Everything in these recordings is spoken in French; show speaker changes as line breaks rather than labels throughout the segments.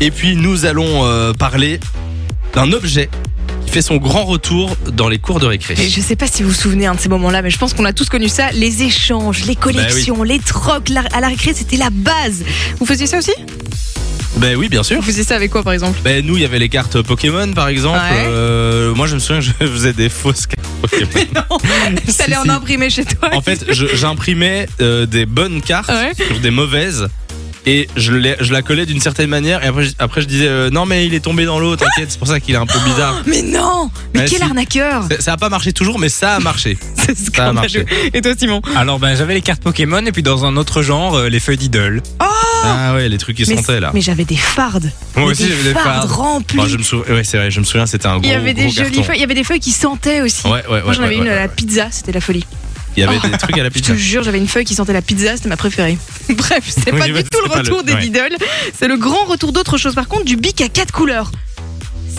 Et puis nous allons euh, parler d'un objet qui fait son grand retour dans les cours de récré.
Et je sais pas si vous vous souvenez hein, de ces moments-là, mais je pense qu'on a tous connu ça. Les échanges,
Bah
les collections, les trocs, la- à la récré, c'était la base. Vous faisiez ça aussi
Ben oui, bien sûr.
Vous faisiez ça avec quoi, par exemple
Ben nous, il y avait les cartes Pokémon par exemple.
Ouais.
Euh, moi, je me souviens que je faisais des fausses cartes Pokémon. Si,
T'allais en
si.
imprimer chez toi.
En fait, je- j'imprimais euh, des bonnes cartes
Ouais.
sur des mauvaises. Et je, l'ai- je la collais d'une certaine manière. Et après, je- après je disais, euh, non, mais il est tombé dans l'eau, t'inquiète, c'est pour ça qu'il est un peu bizarre.
Mais non Mais
Ouais,
quel
si.
arnaqueur
Ça- Ça a pas marché toujours, mais ça a marché.
C'est
Ça a
scandaleux. Et toi, Simon
Alors ben j'avais les cartes Pokémon et puis dans un autre genre euh, les feuilles d'idole.
Ah ouais, les trucs qui sentaient là.
Oh mais j'avais des fardes.
Moi
Mais
aussi,
des
j'avais des
fardes
fardes.
remplies.
Bon, je me souviens, ouais, c'est vrai, je me souviens, c'était un gros.
Il y avait des
gros
jolies
carton.
feuilles. Il y avait des feuilles qui sentaient aussi.
Ouais, ouais, ouais.
Moi, j'en
ouais,
avais une
ouais,
à la
ouais.
pizza, c'était la folie.
Il y avait des trucs à la
Je te
pizza.
jure, j'avais une feuille qui sentait la pizza, c'était ma préférée. Bref, c'est
Oui,
pas
mais
du tout
c'est
le
pas le-
retour des
ouais.
Lidl. C'est le grand retour d'autre chose. Par contre, du bic à quatre couleurs.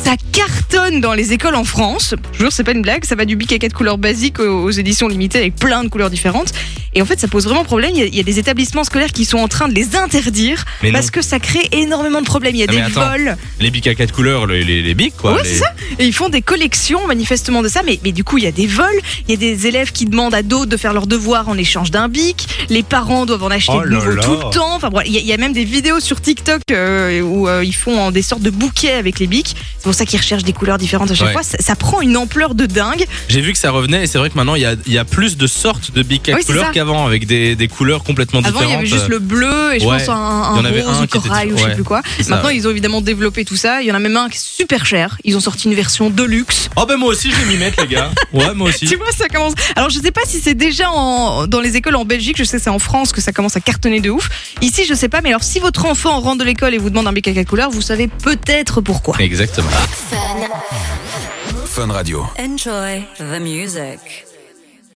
Ça cartonne dans les écoles en France. Je vous jure, c'est pas une blague. Ça va du bic à quatre couleurs basique aux, aux éditions limitées avec plein de couleurs différentes. Et en fait, ça pose vraiment problème. Il y a- il y, a des établissements scolaires qui sont en train de les interdire
Mais non,
parce que ça crée énormément de problèmes. Il y a
Ah, mais
des
attends.
vols.
les bics à quatre couleurs, les, les, les bics quoi.
Ouais,
les-
c'est ça. Et ils font des collections manifestement de ça, mais, mais du coup il y a des vols, il y a des élèves qui demandent à d'autres de faire leurs devoirs en échange d'un bic, les parents doivent en acheter
Oh
de
là
nouveaux
là.
tout le temps, enfin bon, il y, a- il y a même des vidéos sur TikTok euh, où euh, ils font euh, des sortes de bouquets avec les bics, c'est pour ça qu'ils recherchent des couleurs différentes à chaque
Ouais.
fois, ça, ça prend une ampleur de dingue.
J'ai vu que ça revenait et c'est vrai que maintenant il y a, il y a plus de sortes de bics à
Oui, c'est ça.
couleurs qu'avant avec des, des couleurs complètement
Avant il y
différentes.
avait juste le bleu et je
euh, Ouais.
pense un, un
Il y en avait
rose
un
ou
qui était-
corail ou je sais
ouais.
plus quoi.
C'est euh, ça,
Maintenant
ouais.
ils ont évidemment développé tout ça, il y en a même un qui est super cher, ils ont sorti une version deluxe.
Oh ben moi aussi je vais m'y mettre les gars. Ouais moi aussi.
Tu vois, ça commence. Alors, je sais pas si c'est déjà en- dans les écoles en Belgique. Je sais que c'est en France que ça commence à cartonner de ouf. Ici, je sais pas. Mais alors, si votre enfant rentre de l'école et vous demande un bic à quatre couleurs, vous savez peut-être pourquoi.
Exactement.
Enjoy the music.